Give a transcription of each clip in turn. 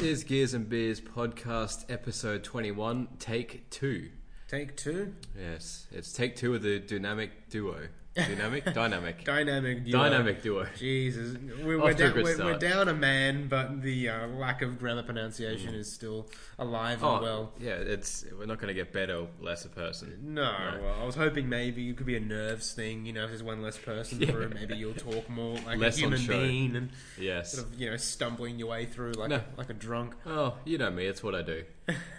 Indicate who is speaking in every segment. Speaker 1: is Gears and Beers podcast episode 21, take two.
Speaker 2: Take two.
Speaker 1: Yes, it's take two of the dynamic duo. Dynamic? Dynamic.
Speaker 2: Dynamic. duo.
Speaker 1: Dynamic duo.
Speaker 2: Jesus, we're,
Speaker 1: Off
Speaker 2: we're,
Speaker 1: to a
Speaker 2: down,
Speaker 1: good
Speaker 2: we're, we're
Speaker 1: start.
Speaker 2: down a man, but the uh, lack of grammar pronunciation is still alive
Speaker 1: Oh.
Speaker 2: and well.
Speaker 1: yeah, it's we're not going to get better or less a person.
Speaker 2: No,
Speaker 1: No.
Speaker 2: well, I was hoping maybe it could be a nerves thing. You know, if there's one less person in the room, maybe you'll talk more like
Speaker 1: Less
Speaker 2: a
Speaker 1: on
Speaker 2: human
Speaker 1: show.
Speaker 2: being and
Speaker 1: Yes.
Speaker 2: sort of you know stumbling your way through like
Speaker 1: No.
Speaker 2: like a drunk.
Speaker 1: Oh, you know me. It's what I do.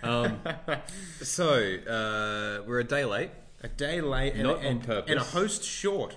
Speaker 1: Um, so uh, we're a day late.
Speaker 2: A day late, and,
Speaker 1: Not on
Speaker 2: and,
Speaker 1: purpose.
Speaker 2: and a host short.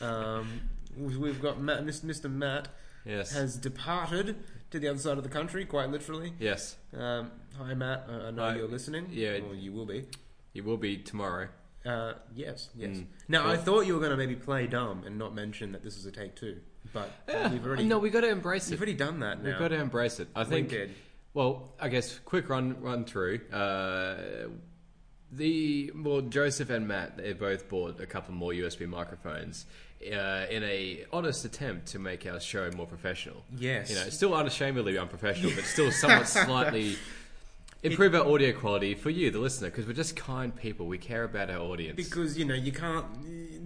Speaker 2: Um, we- we've got Matt, Mr. Matt
Speaker 1: Yes.
Speaker 2: has departed to the other side of the country, quite literally.
Speaker 1: yes.
Speaker 2: Um, hi, Matt. Uh, I know
Speaker 1: Hi.
Speaker 2: you're listening.
Speaker 1: Yeah.
Speaker 2: Well, you will be.
Speaker 1: You will be tomorrow.
Speaker 2: Uh, yes, yes.
Speaker 1: Mm.
Speaker 2: Now, I
Speaker 1: Cool.
Speaker 2: thought you were going to maybe play dumb and not mention that this is a take two, but you've already
Speaker 1: no, we got to embrace
Speaker 2: you've
Speaker 1: it.
Speaker 2: already done that now.
Speaker 1: We've got to embrace it. I
Speaker 2: We
Speaker 1: think.
Speaker 2: did.
Speaker 1: Well, I guess quick run run through. Uh, the well, Joseph and Matt they both bought a couple more USB microphones uh, in a honest attempt to make our show more professional.
Speaker 2: Yes.
Speaker 1: You know, still unashamedly unprofessional, but still somewhat slightly improve our audio quality for you, the listener, because we're just kind people. We care about our audience.
Speaker 2: because you know you can't.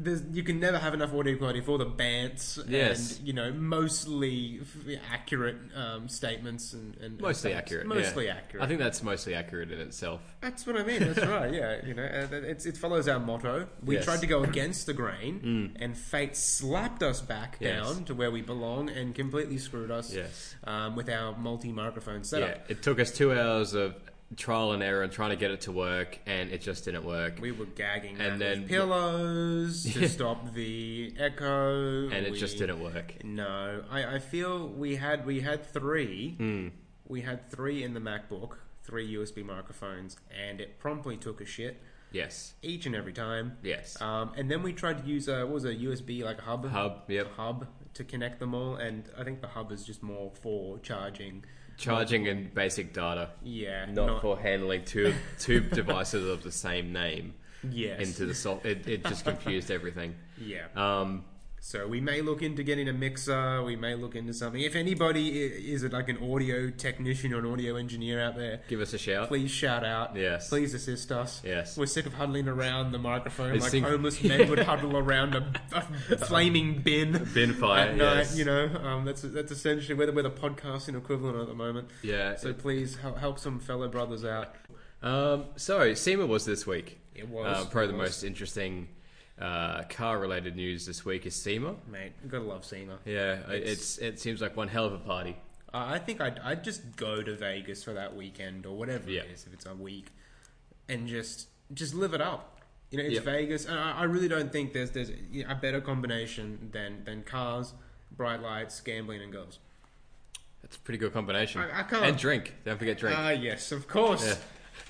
Speaker 2: There's, you can never have enough audio quality for the bants
Speaker 1: Yes.
Speaker 2: and you know mostly f- accurate um, statements and, and and
Speaker 1: mostly
Speaker 2: facts.
Speaker 1: accurate. yeah.
Speaker 2: Mostly accurate.
Speaker 1: I think that's mostly accurate in itself.
Speaker 2: That's what I mean. That's right. Yeah, you know, uh, that- it's, it follows our motto. We
Speaker 1: Yes. Mm.
Speaker 2: tried to go against the grain, and fate slapped us back
Speaker 1: Yes.
Speaker 2: down to where we belong and completely screwed us
Speaker 1: Yes.
Speaker 2: um, with our multi-microphone
Speaker 1: Yeah.
Speaker 2: setup.
Speaker 1: It took us two hours of trial and error and trying to get it to work, and it just didn't work.
Speaker 2: We were gagging
Speaker 1: And
Speaker 2: and
Speaker 1: then-
Speaker 2: then pillows to stop the echo,
Speaker 1: and it just
Speaker 2: We-
Speaker 1: didn't work.
Speaker 2: No, I, I feel we had we had three.
Speaker 1: Mm.
Speaker 2: We had three in the MacBook, three USB microphones, and it promptly took a shit
Speaker 1: Yes.
Speaker 2: each and every time.
Speaker 1: Yes.
Speaker 2: Um, and then we tried to use a what was it, a USB like a hub
Speaker 1: Hub, yep.
Speaker 2: a hub to connect them all, and I think the hub is just more for charging.
Speaker 1: Charging and basic data,
Speaker 2: Yeah,
Speaker 1: not, for handling two two devices of the same name
Speaker 2: yes,
Speaker 1: into the sol It, it just confused everything.
Speaker 2: yeah.
Speaker 1: Um,
Speaker 2: So we may look into getting a mixer. We may look into something. If anybody i- is it like an audio technician or an audio engineer out there,
Speaker 1: give us a shout.
Speaker 2: please shout out.
Speaker 1: Yes.
Speaker 2: Please assist us.
Speaker 1: Yes.
Speaker 2: We're sick of huddling around the microphone
Speaker 1: It's
Speaker 2: like
Speaker 1: sick-
Speaker 2: homeless men would huddle around a, a flaming bin.
Speaker 1: Bin fire.
Speaker 2: at night,
Speaker 1: yes.
Speaker 2: you know, um, that's that's essentially where the, where the podcasting equivalent at the moment.
Speaker 1: Yeah.
Speaker 2: So please help, help some fellow brothers out.
Speaker 1: Um, so SEMA was this week.
Speaker 2: It was,
Speaker 1: uh, probably
Speaker 2: it
Speaker 1: the
Speaker 2: was.
Speaker 1: most interesting uh, car-related news this week is SEMA.
Speaker 2: Mate, you gotta love SEMA.
Speaker 1: Yeah, I- it's, it seems like one hell of a party.
Speaker 2: Uh, I think I'd, I'd just go to Vegas for that weekend or whatever
Speaker 1: Yeah.
Speaker 2: it is, if it's a week, and just just live it up. You know, it's
Speaker 1: Yeah.
Speaker 2: Vegas, and I, I really don't think there's there's a better combination than than cars, bright lights, gambling, and girls.
Speaker 1: That's a pretty good combination.
Speaker 2: I- I can't-
Speaker 1: And drink. Don't forget drink.
Speaker 2: Ah, yes, of course,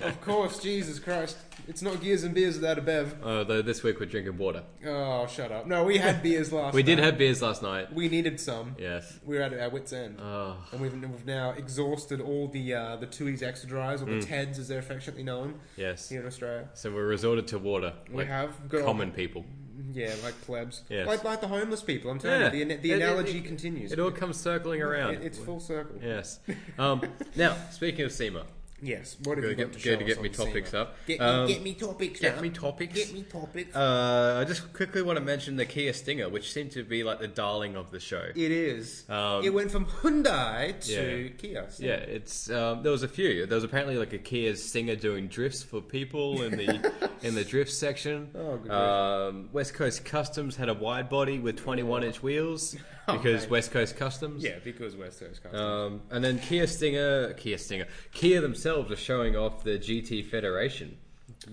Speaker 2: of course. Jesus Christ, it's not gears and beers without a bev.
Speaker 1: Uh, though this week we're drinking water.
Speaker 2: Oh, shut up. No, we had beers last
Speaker 1: We did
Speaker 2: night.
Speaker 1: have beers last night.
Speaker 2: We needed some.
Speaker 1: Yes.
Speaker 2: We were at our wits' end.
Speaker 1: Oh,
Speaker 2: and we've, we've now exhausted all the uh, the Tui's extra dries, or
Speaker 1: Mm.
Speaker 2: the TEDs as they're affectionately known
Speaker 1: yes.
Speaker 2: here in Australia.
Speaker 1: So we resorted to water.
Speaker 2: We
Speaker 1: like
Speaker 2: have good old-
Speaker 1: common people.
Speaker 2: yeah, like plebs,
Speaker 1: Yes.
Speaker 2: like like the homeless people. I'm telling
Speaker 1: Yeah.
Speaker 2: you, the, an- the
Speaker 1: It- it-
Speaker 2: analogy
Speaker 1: it-
Speaker 2: continues.
Speaker 1: It all comes circling around.
Speaker 2: It- it's full circle.
Speaker 1: yes. Um, now, speaking of SEMA,
Speaker 2: Yes, what have
Speaker 1: Go
Speaker 2: you
Speaker 1: get-
Speaker 2: got to
Speaker 1: go
Speaker 2: show
Speaker 1: to get
Speaker 2: us
Speaker 1: me
Speaker 2: on
Speaker 1: topics
Speaker 2: SEMA?
Speaker 1: up.
Speaker 2: Get,
Speaker 1: Um,
Speaker 2: get me topics.
Speaker 1: get
Speaker 2: up.
Speaker 1: me topics.
Speaker 2: Get me topics.
Speaker 1: uh, I just quickly want to mention the Kia Stinger, which seemed to be like the darling of the show.
Speaker 2: it is.
Speaker 1: Um,
Speaker 2: it went from Hyundai to
Speaker 1: Yeah.
Speaker 2: Kia. so-
Speaker 1: Yeah, it's um, there was a few. There was apparently like a Kia Stinger doing drifts for people in the in the drift section.
Speaker 2: Oh, good grief.
Speaker 1: um, West Coast Customs had a wide body with 21 inch wheels because
Speaker 2: mate.
Speaker 1: West Coast Customs.
Speaker 2: Yeah, because West Coast cars.
Speaker 1: Um, and then Kia Stinger, Kia Stinger, Kia themselves are showing off the GT Federation.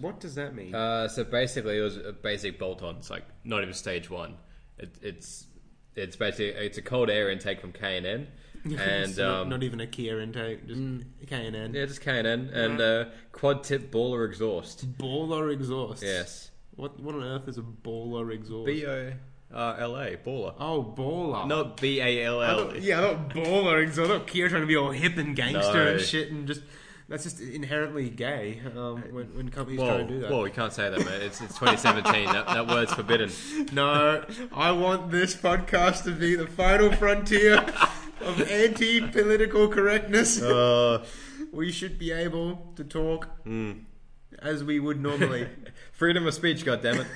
Speaker 2: what does that mean?
Speaker 1: Uh, so basically, it was a basic bolt-on. It's like not even stage one. It, it's it's basically it's a cold air intake from K and N, and
Speaker 2: It's not,
Speaker 1: um, Mm.
Speaker 2: not even a Kia intake, just K and N.
Speaker 1: yeah, just K and N and uh, quad tip baller exhaust.
Speaker 2: Baller exhaust.
Speaker 1: Yes,
Speaker 2: What what on earth is a baller exhaust?
Speaker 1: B O R L A baller,
Speaker 2: oh, baller.
Speaker 1: not B A L
Speaker 2: I
Speaker 1: L.
Speaker 2: thought- yeah, I thought baller exhaust. I thought Kia trying to be all hip and gangster
Speaker 1: No.
Speaker 2: and shit, and just that's just inherently gay. Um, when, when companies try
Speaker 1: Whoa,
Speaker 2: to do that.
Speaker 1: whoa! You can't say that, man. It's it's 2017. that, that word's forbidden.
Speaker 2: No, I want this podcast to be the final frontier of anti-political correctness.
Speaker 1: Uh,
Speaker 2: we should be able to talk
Speaker 1: Hmm.
Speaker 2: as we would normally.
Speaker 1: freedom of speech, goddammit.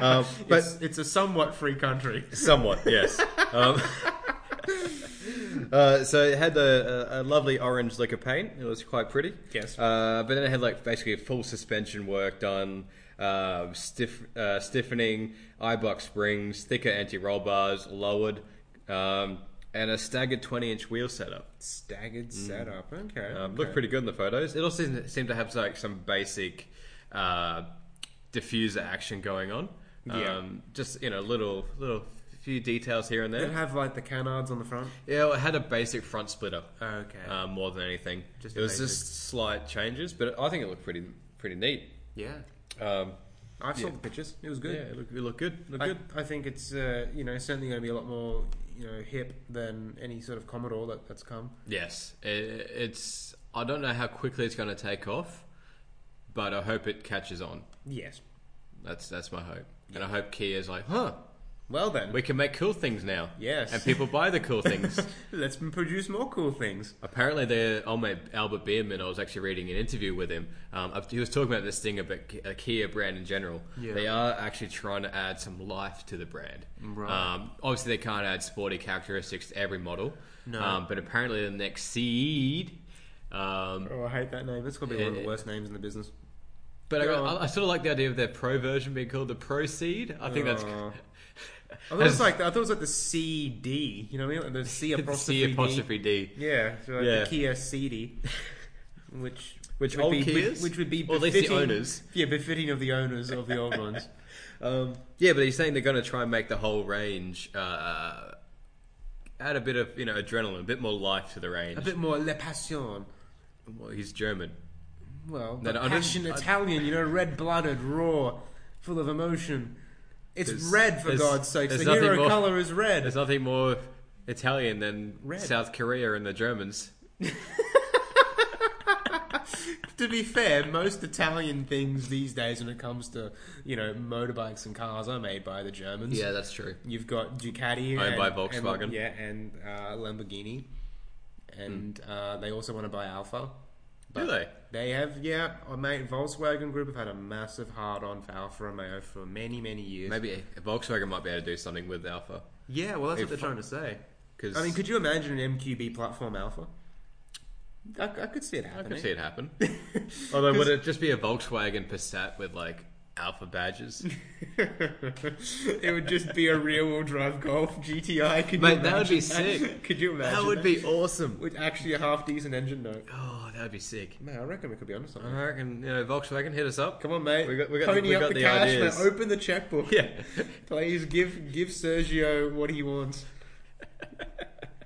Speaker 1: Um, but
Speaker 2: it's, it's a somewhat free country.
Speaker 1: Somewhat, yes. um, uh, so it had uh, a, a, a lovely orange liquor paint. It was quite pretty.
Speaker 2: Yes.
Speaker 1: Uh, but then it had like basically full suspension work done, uh, stiff uh, stiffening, eye box springs, thicker anti roll bars, lowered, um, and a staggered twenty inch wheel setup.
Speaker 2: Staggered setup. Okay.
Speaker 1: Hmm. Um,
Speaker 2: okay.
Speaker 1: Looked pretty good in the photos. It also seemed- seemed to have like some basic uh, diffuser action going on.
Speaker 2: Yeah.
Speaker 1: Um, just you know, little little few details here and
Speaker 2: Did it
Speaker 1: there.
Speaker 2: have like the canards on the front?
Speaker 1: Yeah, it had a basic front splitter
Speaker 2: Okay.
Speaker 1: uh, more than anything.
Speaker 2: Just
Speaker 1: it was
Speaker 2: basic.
Speaker 1: just slight changes, but I think it looked pretty pretty neat.
Speaker 2: yeah.
Speaker 1: Um,
Speaker 2: I saw
Speaker 1: yeah.
Speaker 2: the pictures. It was
Speaker 1: yeah,
Speaker 2: good.
Speaker 1: it looked, it looked good. Looked
Speaker 2: I,
Speaker 1: good.
Speaker 2: I think it's uh, you know certainly going to be a lot more you know hip than any sort of Commodore that, that's come.
Speaker 1: Yes, i it's. I don't know how quickly it's going to take off, but I hope it catches on.
Speaker 2: Yes.
Speaker 1: That's that's my hope, and I hope Kia's like, huh,
Speaker 2: Well then,
Speaker 1: we can make cool things now.
Speaker 2: Yes.
Speaker 1: and people buy the cool things.
Speaker 2: let's produce more cool things.
Speaker 1: Apparently, the old mate Albert Beerman, I was actually reading an interview with him. Um, up- he was talking about this thing about Ki- a Kia brand in general.
Speaker 2: Yeah.
Speaker 1: They are actually trying to add some life to the brand.
Speaker 2: Right.
Speaker 1: Um, obviously, they can't add sporty characteristics to every model.
Speaker 2: No.
Speaker 1: Um, but apparently, the next Seed. Um,
Speaker 2: Oh, I hate that name. That's got to be one of
Speaker 1: Yeah.
Speaker 2: the worst names in the business.
Speaker 1: but I,
Speaker 2: Go
Speaker 1: got-
Speaker 2: on.
Speaker 1: I, I sort of like the idea of their pro version being called the Pro Seed. I think that's.
Speaker 2: Oh. I thought it was like I thought it was like the CD. You know what I mean? Like the C apostrophe.
Speaker 1: C apostrophe D.
Speaker 2: D. Yeah, so like
Speaker 1: Yeah.
Speaker 2: the Kia CD, which
Speaker 1: Which
Speaker 2: would
Speaker 1: old
Speaker 2: be,
Speaker 1: Kias?
Speaker 2: which would be
Speaker 1: Or at least the
Speaker 2: befitting-
Speaker 1: owners.
Speaker 2: Yeah, befitting of the owners of the old ones.
Speaker 1: Um, yeah, but he's saying they're going to try and make the whole range uh, add a bit of you know adrenaline, a bit more life to the range.
Speaker 2: A bit more le passion.
Speaker 1: Well, he's German.
Speaker 2: Well,
Speaker 1: No,
Speaker 2: no,
Speaker 1: no, I
Speaker 2: passion
Speaker 1: didn't- I-
Speaker 2: Italian, you know, red blooded, raw, full of emotion. It's red for
Speaker 1: there's-
Speaker 2: God's sakes.
Speaker 1: there's
Speaker 2: The
Speaker 1: nothing
Speaker 2: hero
Speaker 1: more-
Speaker 2: color is red.
Speaker 1: There's nothing more Italian than
Speaker 2: Red.
Speaker 1: South Korea and the Germans.
Speaker 2: to be fair, most Italian things these days, when it comes to you know motorbikes and cars, are made by the Germans.
Speaker 1: that's true.
Speaker 2: You've got Ducati
Speaker 1: Owned
Speaker 2: and,
Speaker 1: by
Speaker 2: and-
Speaker 1: Volkswagen. Hmm.
Speaker 2: yeah, and uh, Lamborghini, and uh, they also want to buy Alfa.
Speaker 1: Do they?
Speaker 2: They have, yeah. Oh, mate, Volkswagen Group have had a massive hard on for Alfa Romeo for many, many years.
Speaker 1: Maybe Volkswagen might be able to do something with Alpha.
Speaker 2: Yeah, well, that's
Speaker 1: If-
Speaker 2: what they're trying to say.
Speaker 1: Because
Speaker 2: I mean, could you imagine an MQB platform Alpha? I, I could see it
Speaker 1: I
Speaker 2: happening.
Speaker 1: could see it happen. Although, would it just be a Volkswagen Passat with like Alpha badges?
Speaker 2: it would just be a rear-wheel drive Golf GTI. Could
Speaker 1: Mate,
Speaker 2: you
Speaker 1: that would be
Speaker 2: imagine that?
Speaker 1: sick.
Speaker 2: Could you imagine?
Speaker 1: that would be awesome.
Speaker 2: With actually a half decent engine note.
Speaker 1: Oh, that would be sick.
Speaker 2: Man, I reckon we could be onto something.
Speaker 1: I reckon you know, Volkswagen hit us up.
Speaker 2: Come on, mate.
Speaker 1: Uh-huh. We got- we got-
Speaker 2: Pony
Speaker 1: we
Speaker 2: up
Speaker 1: got
Speaker 2: the,
Speaker 1: the
Speaker 2: cash.
Speaker 1: ideas.
Speaker 2: Man, open the checkbook.
Speaker 1: Yeah.
Speaker 2: Please give give Sergio what he wants.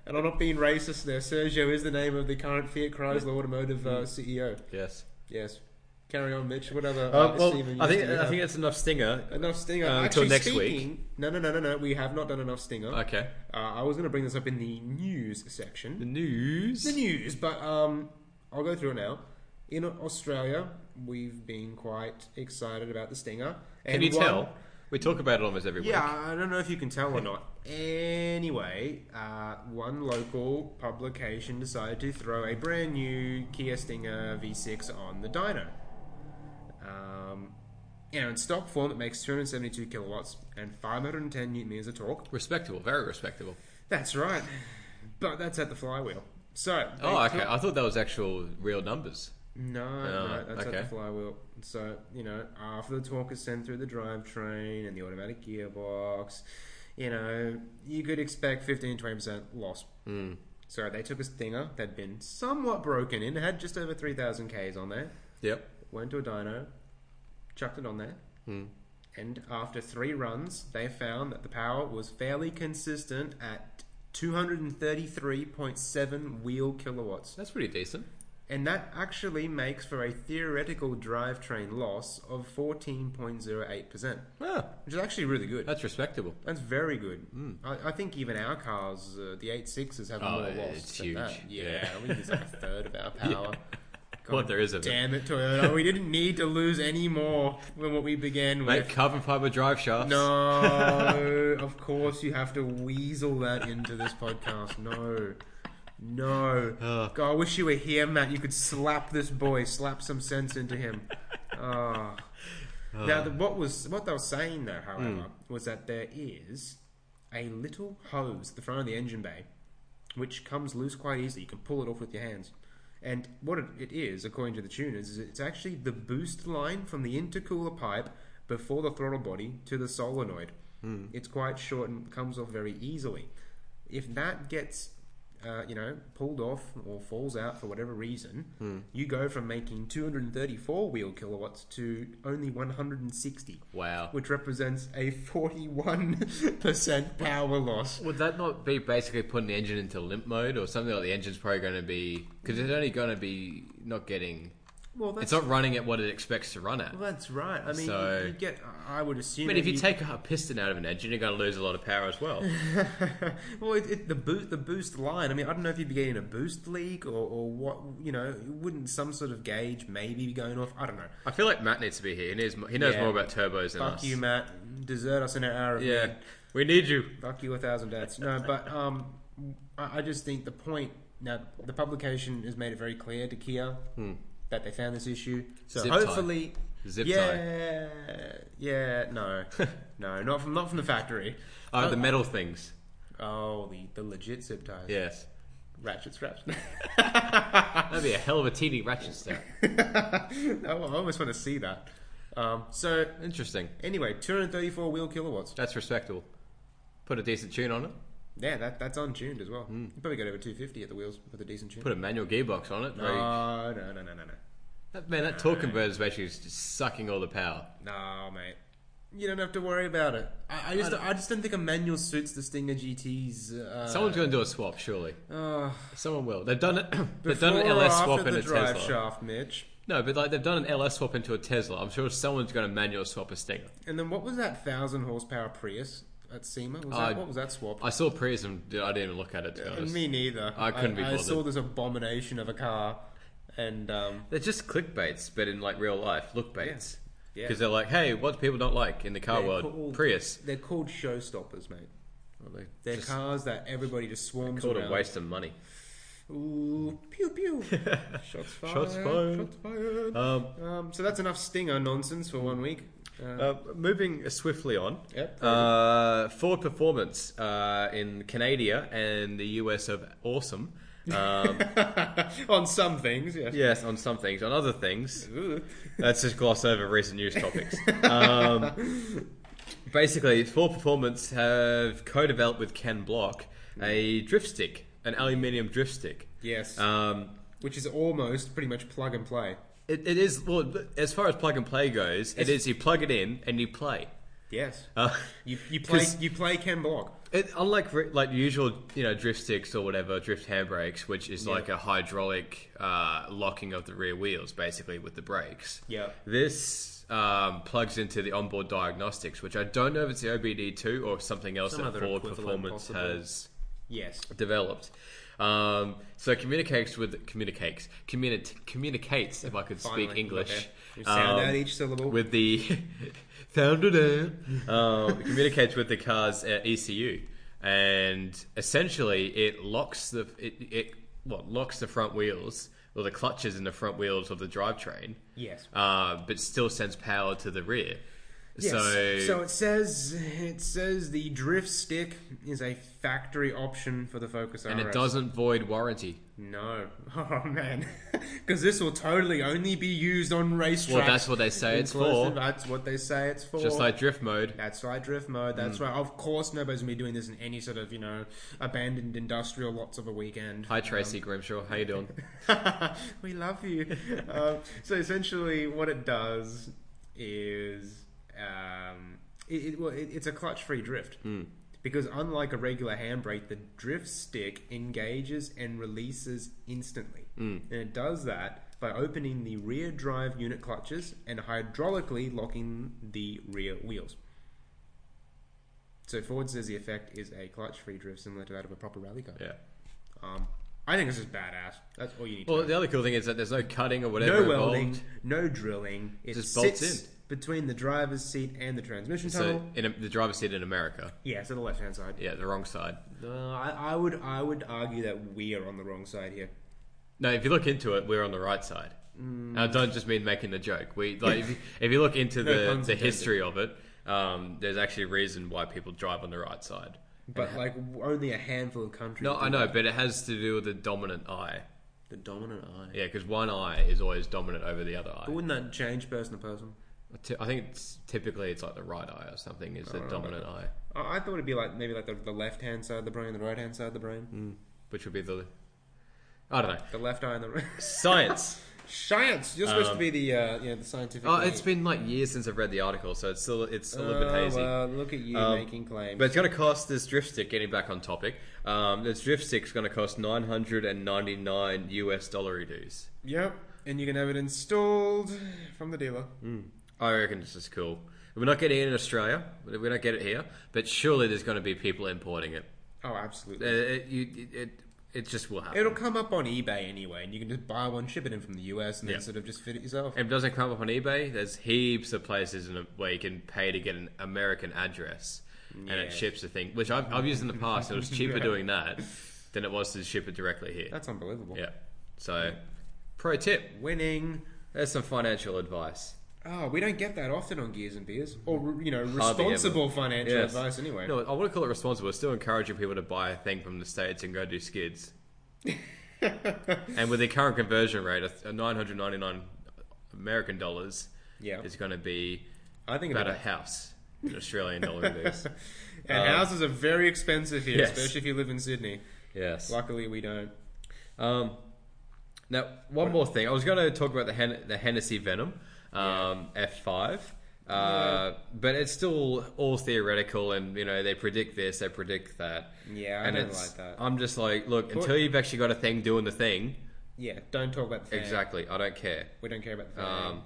Speaker 2: and I'm not being racist there. Sergio is the name of the current Fiat Chrysler Automotive
Speaker 1: Mm.
Speaker 2: uh, CEO.
Speaker 1: Yes.
Speaker 2: Yes. Carry on, Mitch. What other?
Speaker 1: Uh,
Speaker 2: uh,
Speaker 1: well,
Speaker 2: Stephen,
Speaker 1: I
Speaker 2: you
Speaker 1: think
Speaker 2: do
Speaker 1: I
Speaker 2: have?
Speaker 1: think that's enough stinger.
Speaker 2: enough stinger.
Speaker 1: Uh, until
Speaker 2: Actually,
Speaker 1: next week.
Speaker 2: speaking, No, no, no, no, no. We have not done enough stinger.
Speaker 1: Okay.
Speaker 2: Uh, I was going to bring this up in the news section.
Speaker 1: The news.
Speaker 2: the news, but um, I'll go through it now. In Australia, we've been quite excited about the Stinger.
Speaker 1: Can you
Speaker 2: one-
Speaker 1: tell? We talk about it almost every
Speaker 2: Yeah,
Speaker 1: week.
Speaker 2: I don't know if you can tell or not. Anyway, uh, one local publication decided to throw a brand new Kia Stinger V6 on the dyno. Um, you know, in stock form, it makes 272 kilowatts and 510 newton meters of torque.
Speaker 1: Respectable, very respectable.
Speaker 2: That's right, but that's at the flywheel. So they
Speaker 1: Oh, okay.
Speaker 2: took-
Speaker 1: I thought that was actual real numbers.
Speaker 2: No,
Speaker 1: No,
Speaker 2: no, that's
Speaker 1: okay.
Speaker 2: at the flywheel. So, you know, after the torque is sent through the drivetrain and the automatic gearbox, you know, you could expect 15 20% loss.
Speaker 1: Mm.
Speaker 2: So they took a Stinger that'd been somewhat broken in, had just over 3,000 Ks on there,
Speaker 1: Yep.
Speaker 2: went to a dyno, chucked it on there,
Speaker 1: Mm.
Speaker 2: and after three runs, they found that the power was fairly consistent at 233.7 wheel kilowatts.
Speaker 1: That's pretty decent.
Speaker 2: And that actually makes for a theoretical drivetrain loss of 14.08%,
Speaker 1: Ah,
Speaker 2: which is actually really good.
Speaker 1: that's respectable.
Speaker 2: That's very good. I, I think even our cars, uh, the 8.6s, have
Speaker 1: Oh,
Speaker 2: more loss.
Speaker 1: it's
Speaker 2: than that.
Speaker 1: huge.
Speaker 2: Yeah,
Speaker 1: Yeah.
Speaker 2: I think it's like a third of our power. God
Speaker 1: What there is of it.
Speaker 2: Damn it, Toyota. we didn't need to lose any more than what we began
Speaker 1: Mate,
Speaker 2: with.
Speaker 1: carbon fiber drive shafts.
Speaker 2: No, of course you have to weasel that into this podcast. No. No.
Speaker 1: Ugh.
Speaker 2: God, I wish you were here, Matt. You could slap this boy, slap some sense into him. Oh. Now, the, what was what they were saying though, however, was that there is a little hose at the front of the engine bay, which comes loose quite easily. You can pull it off with your hands. And what it, it is, according to the tuners, is it's actually the boost line from the intercooler pipe before the throttle body to the solenoid. It's quite short and comes off very easily. If that gets, uh, you know, pulled off or falls out for whatever reason,
Speaker 1: Hmm.
Speaker 2: you go from making 234 wheel kilowatts to only 160,
Speaker 1: Wow.
Speaker 2: which represents a 41% power loss.
Speaker 1: Would that not be basically putting the engine into limp mode or something like the engine's probably going to be because it's only going to be not getting
Speaker 2: Well,
Speaker 1: it's not running at what it expects to run at.
Speaker 2: Well, that's right. I mean,
Speaker 1: So-
Speaker 2: you, you get. I would
Speaker 1: I
Speaker 2: assume.
Speaker 1: mean, if you
Speaker 2: you-
Speaker 1: take a piston out of an engine, you're going to lose a lot of power as well.
Speaker 2: well, it, it, the boost, the boost line. I mean, I don't know if you'd be getting a boost leak or, or what. You know, wouldn't some sort of gauge maybe be going off? I don't know.
Speaker 1: I feel like Matt needs to be here. He knows, he knows
Speaker 2: Yeah.
Speaker 1: more about turbos than
Speaker 2: Fuck
Speaker 1: us.
Speaker 2: you, Matt. Desert us in an hour. Of
Speaker 1: Yeah,
Speaker 2: meat.
Speaker 1: we need you.
Speaker 2: Fuck you a thousand deaths. No, but um, I, I just think the point. Now, the publication has made it very clear to Kia that they found this issue. So
Speaker 1: Hmm. Zip tie.
Speaker 2: hopefully,
Speaker 1: Zip tie.
Speaker 2: yeah, yeah, no, no, not from not from the factory.
Speaker 1: Oh, the metal things.
Speaker 2: Oh, the, the legit zip ties.
Speaker 1: Yes.
Speaker 2: Ratchet Oh, straps.
Speaker 1: That'd be a hell of a teeny ratchet step.
Speaker 2: I almost want to see that. Um, so,
Speaker 1: Interesting.
Speaker 2: anyway, 234 wheel kilowatts.
Speaker 1: That's respectable. Put a decent tune on it.
Speaker 2: Yeah, that, that's untuned as well. You probably got over 250 at the wheels with a decent tune.
Speaker 1: Hmm. Put a manual gearbox on it. Very,
Speaker 2: no, no, no, no, no, no.
Speaker 1: that, man, that torque converter is basically just sucking all the power.
Speaker 2: No, mate. You don't have to worry about it. I, I just I, just don't think a manual suits the Stinger GT's. Uh,
Speaker 1: Someone's going to do a swap, surely.
Speaker 2: uh,
Speaker 1: Someone will. They've done it. they've
Speaker 2: before
Speaker 1: done an
Speaker 2: or
Speaker 1: LS
Speaker 2: after
Speaker 1: swap in
Speaker 2: the
Speaker 1: a
Speaker 2: drive
Speaker 1: Tesla.
Speaker 2: shaft, Mitch.
Speaker 1: No, but like they've done an LS swap into a Tesla. I'm sure someone's going to manual swap a Stinger.
Speaker 2: And then what was that thousand horsepower Prius at SEMA? Was
Speaker 1: Uh,
Speaker 2: that, what was that swap?
Speaker 1: I saw Prius and dude, I didn't even look at it. To be honest.
Speaker 2: Me neither.
Speaker 1: I couldn't be
Speaker 2: I,
Speaker 1: bothered.
Speaker 2: saw this abomination of a car, and um,
Speaker 1: They're just clickbaits, but in like real life, lookbaits.
Speaker 2: Yeah. Yeah.
Speaker 1: Because they're like, hey, what do people don't like in the car
Speaker 2: They're
Speaker 1: world?
Speaker 2: called-
Speaker 1: Prius.
Speaker 2: they're called showstoppers, mate.
Speaker 1: Well, they
Speaker 2: They're
Speaker 1: just
Speaker 2: cars that everybody just swarms
Speaker 1: called
Speaker 2: around.
Speaker 1: a waste of money.
Speaker 2: Ooh, pew pew. Shots fired.
Speaker 1: Shots fired.
Speaker 2: Shots fired.
Speaker 1: Um,
Speaker 2: Um, so that's enough stinger nonsense for one week. Uh,
Speaker 1: uh, moving swiftly on.
Speaker 2: Yep.
Speaker 1: Uh, Ford Performance uh, in Canada and the US of awesome. Um,
Speaker 2: on some things, yes. Uh,
Speaker 1: yes, on some things. On other things,
Speaker 2: Ooh.
Speaker 1: Let's just gloss over recent news topics. Um, basically, Ford Performance have co-developed with Ken Block a drift stick, an aluminium drift stick.
Speaker 2: Yes.
Speaker 1: Um,
Speaker 2: Which is almost pretty much plug and play.
Speaker 1: it, it is well as far as plug and play goes. It is you plug it in and you play.
Speaker 2: Yes.
Speaker 1: Uh,
Speaker 2: You, you play
Speaker 1: 'Cause-
Speaker 2: you play Ken Block.
Speaker 1: it, unlike re- like usual, you know, drift sticks or whatever, drift handbrakes, which is like a hydraulic uh, locking of the rear wheels, basically with the brakes.
Speaker 2: Yeah.
Speaker 1: This um, plugs into the onboard diagnostics, which I don't know if it's the OBD2 or something else
Speaker 2: Some
Speaker 1: that
Speaker 2: other
Speaker 1: Ford
Speaker 2: equivalent
Speaker 1: Performance
Speaker 2: possible.
Speaker 1: has
Speaker 2: Yes.
Speaker 1: developed. Um, so it communicates with communicates communi- communicates if I could speak
Speaker 2: Finally.
Speaker 1: English
Speaker 2: Okay. You sound
Speaker 1: um,
Speaker 2: out each syllable.
Speaker 1: with the found it out. Um, it communicates with the car's uh, ECU, and essentially it locks the it, it what locks the front wheels or the clutches in the front wheels of the drivetrain
Speaker 2: yes.
Speaker 1: uh, but still sends power to the rear.
Speaker 2: Yes.
Speaker 1: So,
Speaker 2: it says it says the drift stick is a factory option for the Focus
Speaker 1: and
Speaker 2: RS.
Speaker 1: it doesn't void warranty.
Speaker 2: No. Oh man. Because this will totally only be used on racetracks.
Speaker 1: Well, that's what they say it's for.
Speaker 2: That's what they say it's for.
Speaker 1: Just like drift mode.
Speaker 2: That's right, drift mode. That's right. Of course, nobody's gonna be doing this in any sort of you know abandoned industrial lots of a weekend.
Speaker 1: Hi Tracy Grimshaw, how you doing?
Speaker 2: we love you. um, so essentially, what it does is um, it, it, well, it, it's a clutch-free drift because unlike a regular handbrake, the drift stick engages and releases instantly, and it does that by opening the rear drive unit clutches and hydraulically locking the rear wheels. So Ford says the effect is a clutch-free drift similar to that of a proper rally car.
Speaker 1: Yeah.
Speaker 2: Um, I think this is badass. That's all you need. to know.
Speaker 1: Well, the other cool thing is that there's no cutting or whatever
Speaker 2: No
Speaker 1: involved.
Speaker 2: welding, no drilling. It
Speaker 1: Just bolts
Speaker 2: sits
Speaker 1: in.
Speaker 2: between the driver's seat and the transmission tunnel.
Speaker 1: So in a, the driver's seat in America,
Speaker 2: yeah, so the left hand side.
Speaker 1: yeah, the wrong side.
Speaker 2: Uh, I, I would I would argue that we are on the wrong side here.
Speaker 1: No, if you look into it, we're on the right side. And I don't just mean making the joke. We like if you, if you look into
Speaker 2: No
Speaker 1: the,
Speaker 2: puns
Speaker 1: the
Speaker 2: intended.
Speaker 1: history of it, um, there's actually a reason why people drive on the right side.
Speaker 2: But like w- only a handful of countries.
Speaker 1: Uh-huh. No,
Speaker 2: do
Speaker 1: I know, but it has to do with the dominant eye.
Speaker 2: The dominant eye.
Speaker 1: Yeah, because one eye is always dominant over the other
Speaker 2: But
Speaker 1: eye.
Speaker 2: wouldn't that change person to person?
Speaker 1: T- I think it's, typically it's like the right eye or something is the
Speaker 2: Oh,
Speaker 1: dominant eye,
Speaker 2: I I thought it'd be like maybe like the, the left hand side of the brain, the right hand side of the brain,
Speaker 1: Mm. which would be the. I don't know.
Speaker 2: the left eye and the right.
Speaker 1: Science.
Speaker 2: Science. You're supposed
Speaker 1: Um,
Speaker 2: to be the uh, you know the scientific.
Speaker 1: oh,
Speaker 2: elite.
Speaker 1: it's been like years since I've read the article, so it's still it's a little bit
Speaker 2: Oh,
Speaker 1: hazy.
Speaker 2: Well, look at you
Speaker 1: Um,
Speaker 2: making claims.
Speaker 1: But it's going to cost this drift stick. Getting back on topic, um, this drift stick's going to cost nine hundred and ninety nine US dollar dues.
Speaker 2: yep, and you can have it installed from the dealer.
Speaker 1: Mm. I reckon this is cool. We're not getting it in Australia. We don't get it here, but surely there's going to be people importing it.
Speaker 2: Oh,
Speaker 1: Uh,
Speaker 2: absolutely.
Speaker 1: It, you- it, it, it just will happen.
Speaker 2: It'll come up on eBay anyway, and you can just buy one, ship it in from the US, and
Speaker 1: Yeah.
Speaker 2: then sort of just fit it yourself.
Speaker 1: If it doesn't come up on eBay, there's heaps of places in, where you can pay to get an American address, and
Speaker 2: Yeah.
Speaker 1: it ships the thing, which I've, I've used in the past. It was cheaper
Speaker 2: Yeah.
Speaker 1: doing that than it was to ship it directly here.
Speaker 2: That's unbelievable.
Speaker 1: Yeah. So, pro tip.
Speaker 2: Winning.
Speaker 1: There's some financial advice.
Speaker 2: Oh, we don't get that often on Gears and Beers, or you know,
Speaker 1: Hardly
Speaker 2: responsible financial
Speaker 1: Yes.
Speaker 2: advice anyway.
Speaker 1: No, I want to call it responsible. We're still encouraging people to buy a thing from the States and go do skids. and with the current conversion rate of 999 American dollars,
Speaker 2: Yeah,
Speaker 1: it's going to be
Speaker 2: I think
Speaker 1: about
Speaker 2: about
Speaker 1: a house in Australian dollar it is.
Speaker 2: And
Speaker 1: Um,
Speaker 2: houses are very expensive here,
Speaker 1: yes.
Speaker 2: especially if you live in Sydney.
Speaker 1: Yes.
Speaker 2: Luckily, we don't.
Speaker 1: Um, now, one more thing. I was going to talk about the, Hen- the Hennessy Venom um, F5. Uh, But it's still all theoretical, and you know they predict this, they predict that.
Speaker 2: Yeah, I
Speaker 1: and
Speaker 2: don't
Speaker 1: it's,
Speaker 2: like that.
Speaker 1: I'm just like, look, until you've actually got a thing doing the thing,
Speaker 2: Yeah, don't talk about the fan.
Speaker 1: exactly, I don't care.
Speaker 2: We don't care about the fan.
Speaker 1: Um,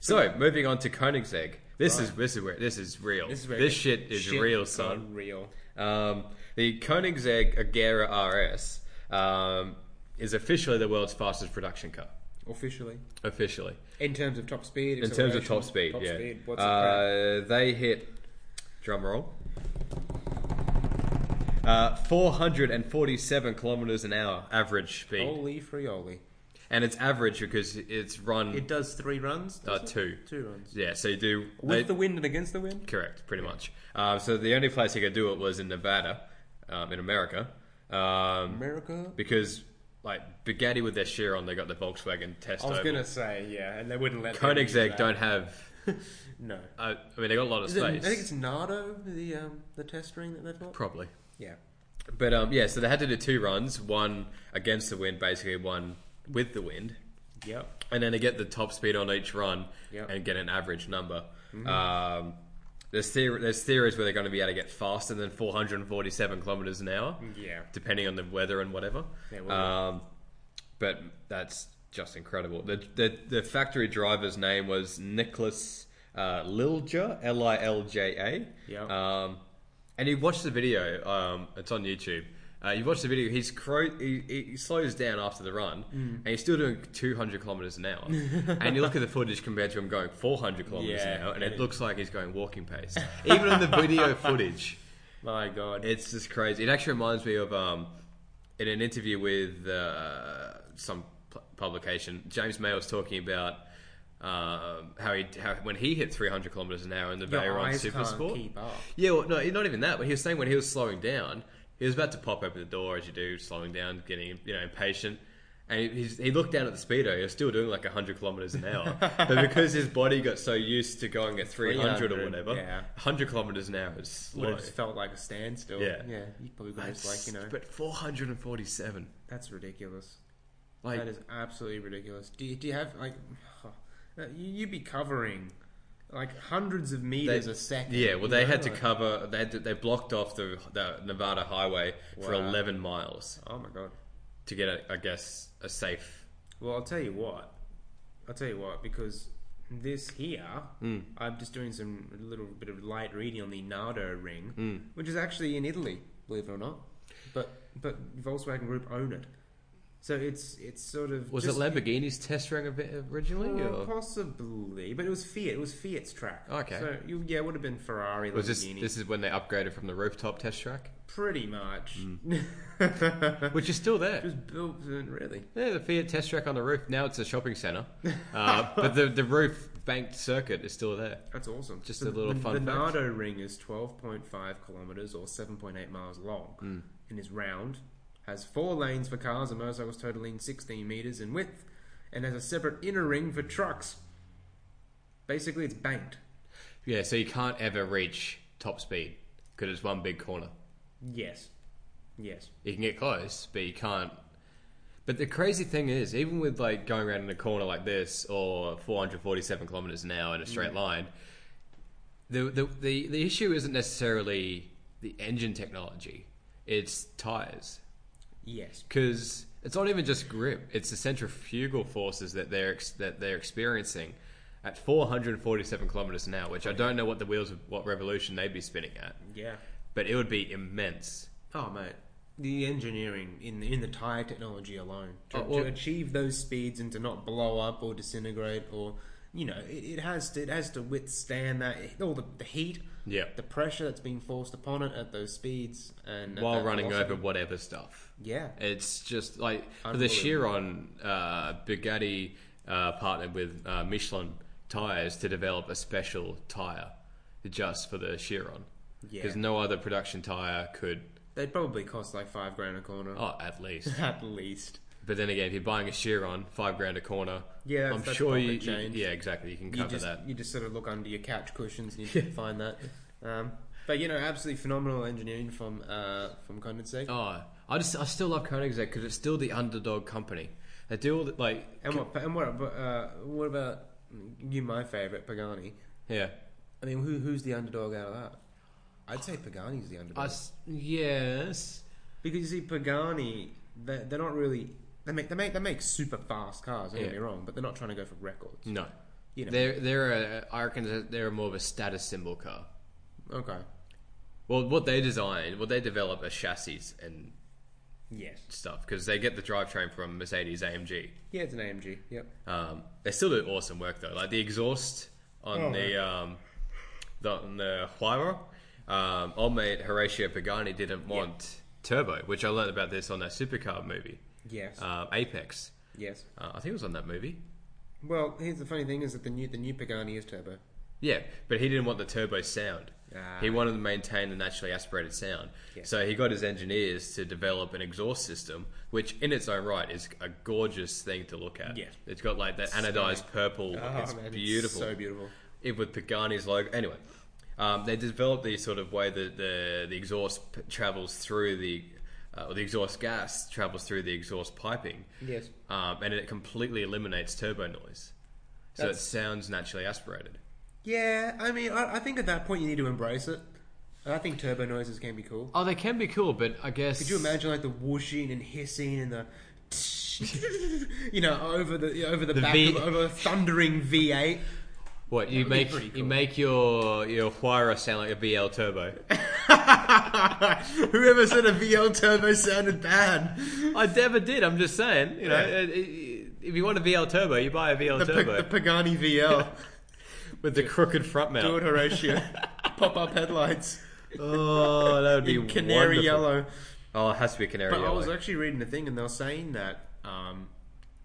Speaker 1: so moving on to Koenigsegg. This is this is where this is real.
Speaker 2: this is where it-
Speaker 1: shit is real, son.
Speaker 2: got Real.
Speaker 1: Um, the Koenigsegg Agera RS um, is officially the world's fastest production car.
Speaker 2: Officially.
Speaker 1: Officially,
Speaker 2: In terms of top speed.
Speaker 1: in terms of top speed,
Speaker 2: Top
Speaker 1: yeah.
Speaker 2: speed. What's it?
Speaker 1: uh, They hit drum roll. Uh, 447 kilometers an hour average speed,
Speaker 2: Holy frioli.
Speaker 1: and it's average because it's run.
Speaker 2: It does three runs?
Speaker 1: Uh,
Speaker 2: does it?
Speaker 1: two.
Speaker 2: Two runs.
Speaker 1: yeah, so you do
Speaker 2: With
Speaker 1: they-
Speaker 2: the wind and against the wind?
Speaker 1: Correct, pretty much. Um, so the only place you could do it was in Nevada, um, in America, um,
Speaker 2: America?
Speaker 1: because like Bugatti with their Chiron, they got the Volkswagen test.
Speaker 2: I was
Speaker 1: oval.
Speaker 2: going to say, yeah, and they wouldn't let them use
Speaker 1: Koenigsegg
Speaker 2: that.
Speaker 1: don't have.
Speaker 2: No.
Speaker 1: Uh, I mean, they got a lot of
Speaker 2: Is it, I
Speaker 1: space.
Speaker 2: think it's Nardo, the, um, the test ring that they've got?
Speaker 1: probably.
Speaker 2: Yeah.
Speaker 1: But um, yeah, so they had to do two runs: one against the wind, basically, one with the wind,
Speaker 2: Yep.
Speaker 1: and then to get the top speed on each run
Speaker 2: Yep. Mm-hmm.
Speaker 1: and get an average number. Um, there's, theor- there's theories where they're going to be able to get faster than 447 kilometers an hour.
Speaker 2: Yeah.
Speaker 1: depending on the weather and whatever.
Speaker 2: Yeah, weather.
Speaker 1: um, but that's just incredible. The, the the factory driver's name was Nicholas uh, Lilja, L I L J A.
Speaker 2: Yep.
Speaker 1: Um, and you watch the video. Um, it's on YouTube. Uh, you watch the video. He's cro- he, he slows down after the run,
Speaker 2: Mm.
Speaker 1: and he's still doing 200 kilometers an hour. and you look at the footage compared to him going 400 kilometers an
Speaker 2: Yeah.
Speaker 1: hour, and it looks like he's going walking pace. Even in the video footage,
Speaker 2: My God.
Speaker 1: it's just crazy. It actually reminds me of um, in an interview with uh, some pu- publication, James May was talking about um, how he how, when he hit 300 kilometers an hour in the
Speaker 2: Your
Speaker 1: Veyron
Speaker 2: eyes
Speaker 1: Super
Speaker 2: can't
Speaker 1: Sport.
Speaker 2: keep up.
Speaker 1: Yeah, well, no, not even that. But he was saying when he was slowing down, he was about to pop open the door as you do, slowing down, getting you know impatient. And he, he's- he looked down at the speedo. He was still doing like 100 kilometers an hour, but because his body got so used to going at 300, or
Speaker 2: 300,
Speaker 1: whatever,
Speaker 2: yeah.
Speaker 1: 100 kilometers an hour is slow.
Speaker 2: would have just felt like a standstill.
Speaker 1: Yeah.
Speaker 2: yeah. You probably could have just like you know.
Speaker 1: But 447.
Speaker 2: that's ridiculous.
Speaker 1: Like,
Speaker 2: that is absolutely ridiculous. Do you, do you have like, uh, you- you'd be covering like hundreds of meters a second.
Speaker 1: yeah, well,
Speaker 2: you
Speaker 1: they
Speaker 2: know,
Speaker 1: had to
Speaker 2: like-
Speaker 1: cover, they, had to, they blocked off the, the Nevada highway for
Speaker 2: Wow.
Speaker 1: 11 miles
Speaker 2: Oh my god.
Speaker 1: to get, a, I guess, a safe.
Speaker 2: Well, I'll tell you what. I'll tell you what because this here,
Speaker 1: Mm.
Speaker 2: I'm just doing some little bit of light reading on the Nardo ring,
Speaker 1: Mm.
Speaker 2: which is actually in Italy, believe it or not. But but Volkswagen Group own it. So it's it's sort of
Speaker 1: Was
Speaker 2: just-
Speaker 1: it Lamborghini's test run ev- originally,
Speaker 2: Oh,
Speaker 1: or
Speaker 2: possibly, but it was Fiat. It was Fiat's track.
Speaker 1: Okay.
Speaker 2: So you, yeah, it would have been Ferrari.
Speaker 1: was this
Speaker 2: Lamborghini.
Speaker 1: this is when they upgraded from the rooftop test track,
Speaker 2: pretty much?
Speaker 1: Mm. which is still there?
Speaker 2: Just built really.
Speaker 1: Yeah, the Fiat test track on the roof. Now it's a shopping centre, uh, but the the roof banked circuit is still there.
Speaker 2: That's awesome.
Speaker 1: Just
Speaker 2: So
Speaker 1: a little
Speaker 2: the,
Speaker 1: fun
Speaker 2: The
Speaker 1: fact.
Speaker 2: Nardo ring is 12.5 kilometers or 7.8 miles long
Speaker 1: Hmm.
Speaker 2: and is round, has four lanes for cars and motorcycles totaling 16 meters in width, and has a separate inner ring for trucks. Basically, it's banked.
Speaker 1: Yeah, so you can't ever reach top speed because it's one big corner.
Speaker 2: Yes. Yes.
Speaker 1: You can get close, but you can't. But the crazy thing is, even with like going around in a corner like this or 447 kilometers an hour in a
Speaker 2: Mm.
Speaker 1: straight line, the, the the the issue isn't necessarily the engine technology; it's tires.
Speaker 2: Yes.
Speaker 1: because it's not even just grip; it's the centrifugal forces that they're ex- that they're experiencing at 447 kilometers an hour, which I don't know what the wheels, of what revolution they'd be spinning at,
Speaker 2: Yeah.
Speaker 1: but it would be immense.
Speaker 2: Oh, mate. The engineering in the, in the tire technology alone to,
Speaker 1: Oh, well-
Speaker 2: to achieve those speeds and to not blow up or disintegrate or you know it, it has to it has to withstand that all the, the heat
Speaker 1: Yeah,
Speaker 2: the pressure that's being forced upon it at those speeds and at
Speaker 1: while
Speaker 2: that
Speaker 1: running
Speaker 2: velocity.
Speaker 1: over whatever stuff.
Speaker 2: Yeah,
Speaker 1: It's just like for the
Speaker 2: Unbelievable.
Speaker 1: Chiron, uh, Bugatti uh, partnered with uh, Michelin tires to develop a special tire just for the Chiron.
Speaker 2: Yeah.
Speaker 1: Because no other production tire could,
Speaker 2: they'd probably cost like five grand a corner
Speaker 1: oh, at least.
Speaker 2: at least.
Speaker 1: But then again, if you're buying a Chiron, five grand a corner.
Speaker 2: Yeah, that's-
Speaker 1: I'm
Speaker 2: that's
Speaker 1: sure you,
Speaker 2: pocket change.
Speaker 1: you- Yeah, exactly. You can
Speaker 2: You
Speaker 1: cover
Speaker 2: just
Speaker 1: that.
Speaker 2: you just sort of look under your couch cushions and you find that. Um, but you know, absolutely phenomenal engineering from uh, from Condensate.
Speaker 1: Oh, I just I still love Koenigsegg because it's still the underdog company. They do all the, like
Speaker 2: And what? And what? ab- Uh, what about you? My favorite Pagani.
Speaker 1: yeah.
Speaker 2: I mean, who who's the underdog out of that? I'd say Pagani's the underdog.
Speaker 1: I s yes.
Speaker 2: Because you see, Pagani, they're, they're not really they make they make they make super fast cars. Don't get
Speaker 1: Yeah.
Speaker 2: me wrong, but they're not trying to go for records.
Speaker 1: No,
Speaker 2: You know,
Speaker 1: they're they're a, I reckon that they're more of a status symbol car.
Speaker 2: okay,
Speaker 1: Well, what they design, what they develop, are chassis and
Speaker 2: yes,
Speaker 1: stuff because they get the drivetrain from Mercedes AMG.
Speaker 2: yeah, it's an AMG. Yep.
Speaker 1: Um, they still do awesome work though. Like the exhaust on
Speaker 2: Oh,
Speaker 1: the, um, the on the Huayra, um, old mate Horatio Pagani didn't want turbo, which I learned about this on that supercar movie,
Speaker 2: Yes.
Speaker 1: um, Apex.
Speaker 2: yes.
Speaker 1: Uh, I think it was on that movie.
Speaker 2: Well, here's the funny thing: is that the new the new Pagani is turbo.
Speaker 1: Yeah, but he didn't want the turbo sound.
Speaker 2: Ah.
Speaker 1: He wanted to maintain the naturally aspirated sound.
Speaker 2: Yeah.
Speaker 1: So he got his engineers to develop an exhaust system, which in its own right is a gorgeous thing to look at.
Speaker 2: Yeah. Ah,
Speaker 1: It's got like that anodized purple. Ah, it's
Speaker 2: man,
Speaker 1: beautiful.
Speaker 2: so beautiful.
Speaker 1: it with Pagani's logo. Anyway, um, they developed the sort of way that the the exhaust p- travels through the uh, or the exhaust gas travels through the exhaust piping.
Speaker 2: Yes.
Speaker 1: Um, and it completely eliminates turbo noise, so
Speaker 2: That's-
Speaker 1: it sounds naturally aspirated.
Speaker 2: Yeah, I mean, I, I think at that point you need to embrace it. I think turbo noises can be cool.
Speaker 1: Oh, they can be cool, but I guess
Speaker 2: Could you imagine like the whooshing and hissing and the, you know, over the over the,
Speaker 1: The
Speaker 2: back
Speaker 1: V-
Speaker 2: of, over a thundering V eight?
Speaker 1: what you
Speaker 2: would be
Speaker 1: make
Speaker 2: pretty cool.
Speaker 1: you make your your Huayra sound like a BL turbo?
Speaker 2: Whoever said a VL turbo sounded bad.
Speaker 1: I never did. I'm just saying, you know,
Speaker 2: Yeah.
Speaker 1: it- it- if you want a VL turbo, you buy a VL
Speaker 2: The, P-
Speaker 1: turbo
Speaker 2: the Pagani VL.
Speaker 1: with the crooked front
Speaker 2: Do it,
Speaker 1: mount.
Speaker 2: Horatio. Pop up headlights.
Speaker 1: Oh, that would be
Speaker 2: In canary
Speaker 1: wonderful.
Speaker 2: yellow.
Speaker 1: Oh, it has to be canary
Speaker 2: But I
Speaker 1: yellow.
Speaker 2: was actually reading a thing, and they were saying that um,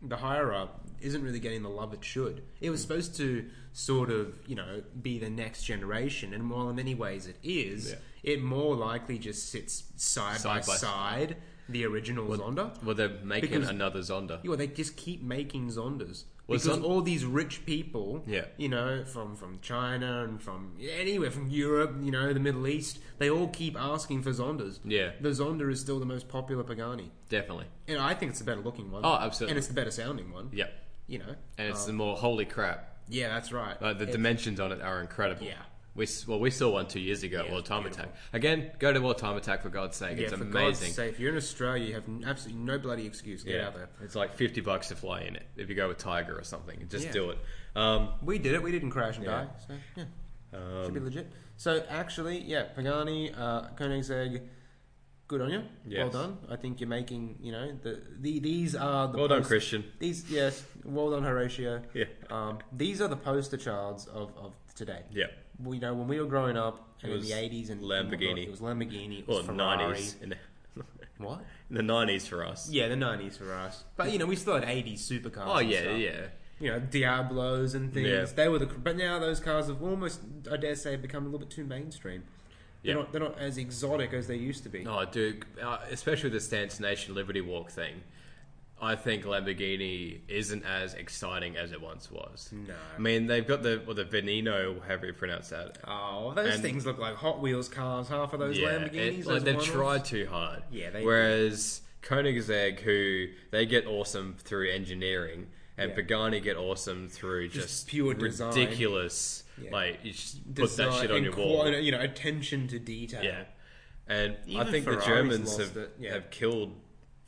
Speaker 2: the higher up isn't really getting the love it should. It
Speaker 1: Hmm.
Speaker 2: was supposed to sort of, you know, be the next generation, and while in many ways it is, it more likely just sits side, by,
Speaker 1: Side by-
Speaker 2: side the original Zonda.
Speaker 1: Well, they're making
Speaker 2: Because-
Speaker 1: another Zonda.
Speaker 2: Yeah, well, they just keep making Zondas.
Speaker 1: Well,
Speaker 2: because
Speaker 1: Zon-
Speaker 2: all these rich people,
Speaker 1: Yeah.
Speaker 2: you know, from, from China and from anywhere, from Europe, you know, the Middle East, they all keep asking for Zondas.
Speaker 1: Yeah.
Speaker 2: The Zonda is still the most popular Pagani.
Speaker 1: Definitely.
Speaker 2: And I think it's the better looking one.
Speaker 1: Oh, absolutely.
Speaker 2: And it's the better sounding one.
Speaker 1: Yeah.
Speaker 2: You know?
Speaker 1: And it's the
Speaker 2: Um,
Speaker 1: more holy crap.
Speaker 2: Yeah, that's right.
Speaker 1: Like the dimensions on it are incredible.
Speaker 2: Yeah.
Speaker 1: We s- well, we saw one two years ago
Speaker 2: Yeah,
Speaker 1: at World
Speaker 2: it's
Speaker 1: Time
Speaker 2: beautiful.
Speaker 1: Attack. Again, go to World Time Attack for God's sake.
Speaker 2: yeah,
Speaker 1: it's
Speaker 2: for
Speaker 1: amazing.
Speaker 2: God's sake, if you're in Australia, you have n- absolutely no bloody excuse. Get out there.
Speaker 1: It's like fifty bucks to fly in it if you go with Tiger or something. Just
Speaker 2: Yeah.
Speaker 1: do it. Um,
Speaker 2: We did it. We didn't crash and
Speaker 1: Yeah. Um,
Speaker 2: die. So, yeah. Should be legit. So, actually, yeah, Pagani, uh, Koenigsegg, Good on you. Well
Speaker 1: Yes.
Speaker 2: done. I think you're making, you know, the, the these are the
Speaker 1: Well done,
Speaker 2: post-
Speaker 1: Christian.
Speaker 2: These yes, well done, Horatio.
Speaker 1: Yeah.
Speaker 2: Um, these are the poster childs of, of today.
Speaker 1: Yeah.
Speaker 2: Well, you know, when we were growing up and
Speaker 1: It
Speaker 2: in the
Speaker 1: was
Speaker 2: eighties and
Speaker 1: Lamborghini.
Speaker 2: it was Lamborghini, it
Speaker 1: Well,
Speaker 2: was Ferrari.
Speaker 1: nineties in the,
Speaker 2: What?
Speaker 1: in the nineties for us.
Speaker 2: Yeah, the nineties for us. But you know, we still had eighties supercars.
Speaker 1: Oh
Speaker 2: and
Speaker 1: yeah,
Speaker 2: stuff.
Speaker 1: yeah.
Speaker 2: You know, Diablos and things.
Speaker 1: Yeah.
Speaker 2: They were the, but now those cars have almost, I dare say, become a little bit too mainstream. They're
Speaker 1: Yeah.
Speaker 2: not, they're not as exotic as they used to be.
Speaker 1: Oh, dude, uh, especially with the Stance Nation Liberty Walk thing. I think Lamborghini isn't as exciting as it once was.
Speaker 2: No.
Speaker 1: I mean, they've got the well, the Veneno, however you pronounce that.
Speaker 2: Oh, those
Speaker 1: And-
Speaker 2: things look like Hot Wheels cars. Half of those Lamborghinis,
Speaker 1: it-
Speaker 2: those
Speaker 1: like they've
Speaker 2: one-offs.
Speaker 1: tried too hard.
Speaker 2: Yeah, they-
Speaker 1: Whereas Koenigsegg, who they get awesome through engineering, and
Speaker 2: Yeah.
Speaker 1: Pagani get awesome through just,
Speaker 2: pure design.
Speaker 1: ridiculous.
Speaker 2: Yeah.
Speaker 1: Like you just put
Speaker 2: Design
Speaker 1: that shit on
Speaker 2: and
Speaker 1: your
Speaker 2: qua-
Speaker 1: wall.
Speaker 2: You know, attention to detail.
Speaker 1: Yeah, and I
Speaker 2: Even
Speaker 1: think
Speaker 2: Ferrari's
Speaker 1: the Germans
Speaker 2: lost
Speaker 1: have
Speaker 2: it, yeah.
Speaker 1: have killed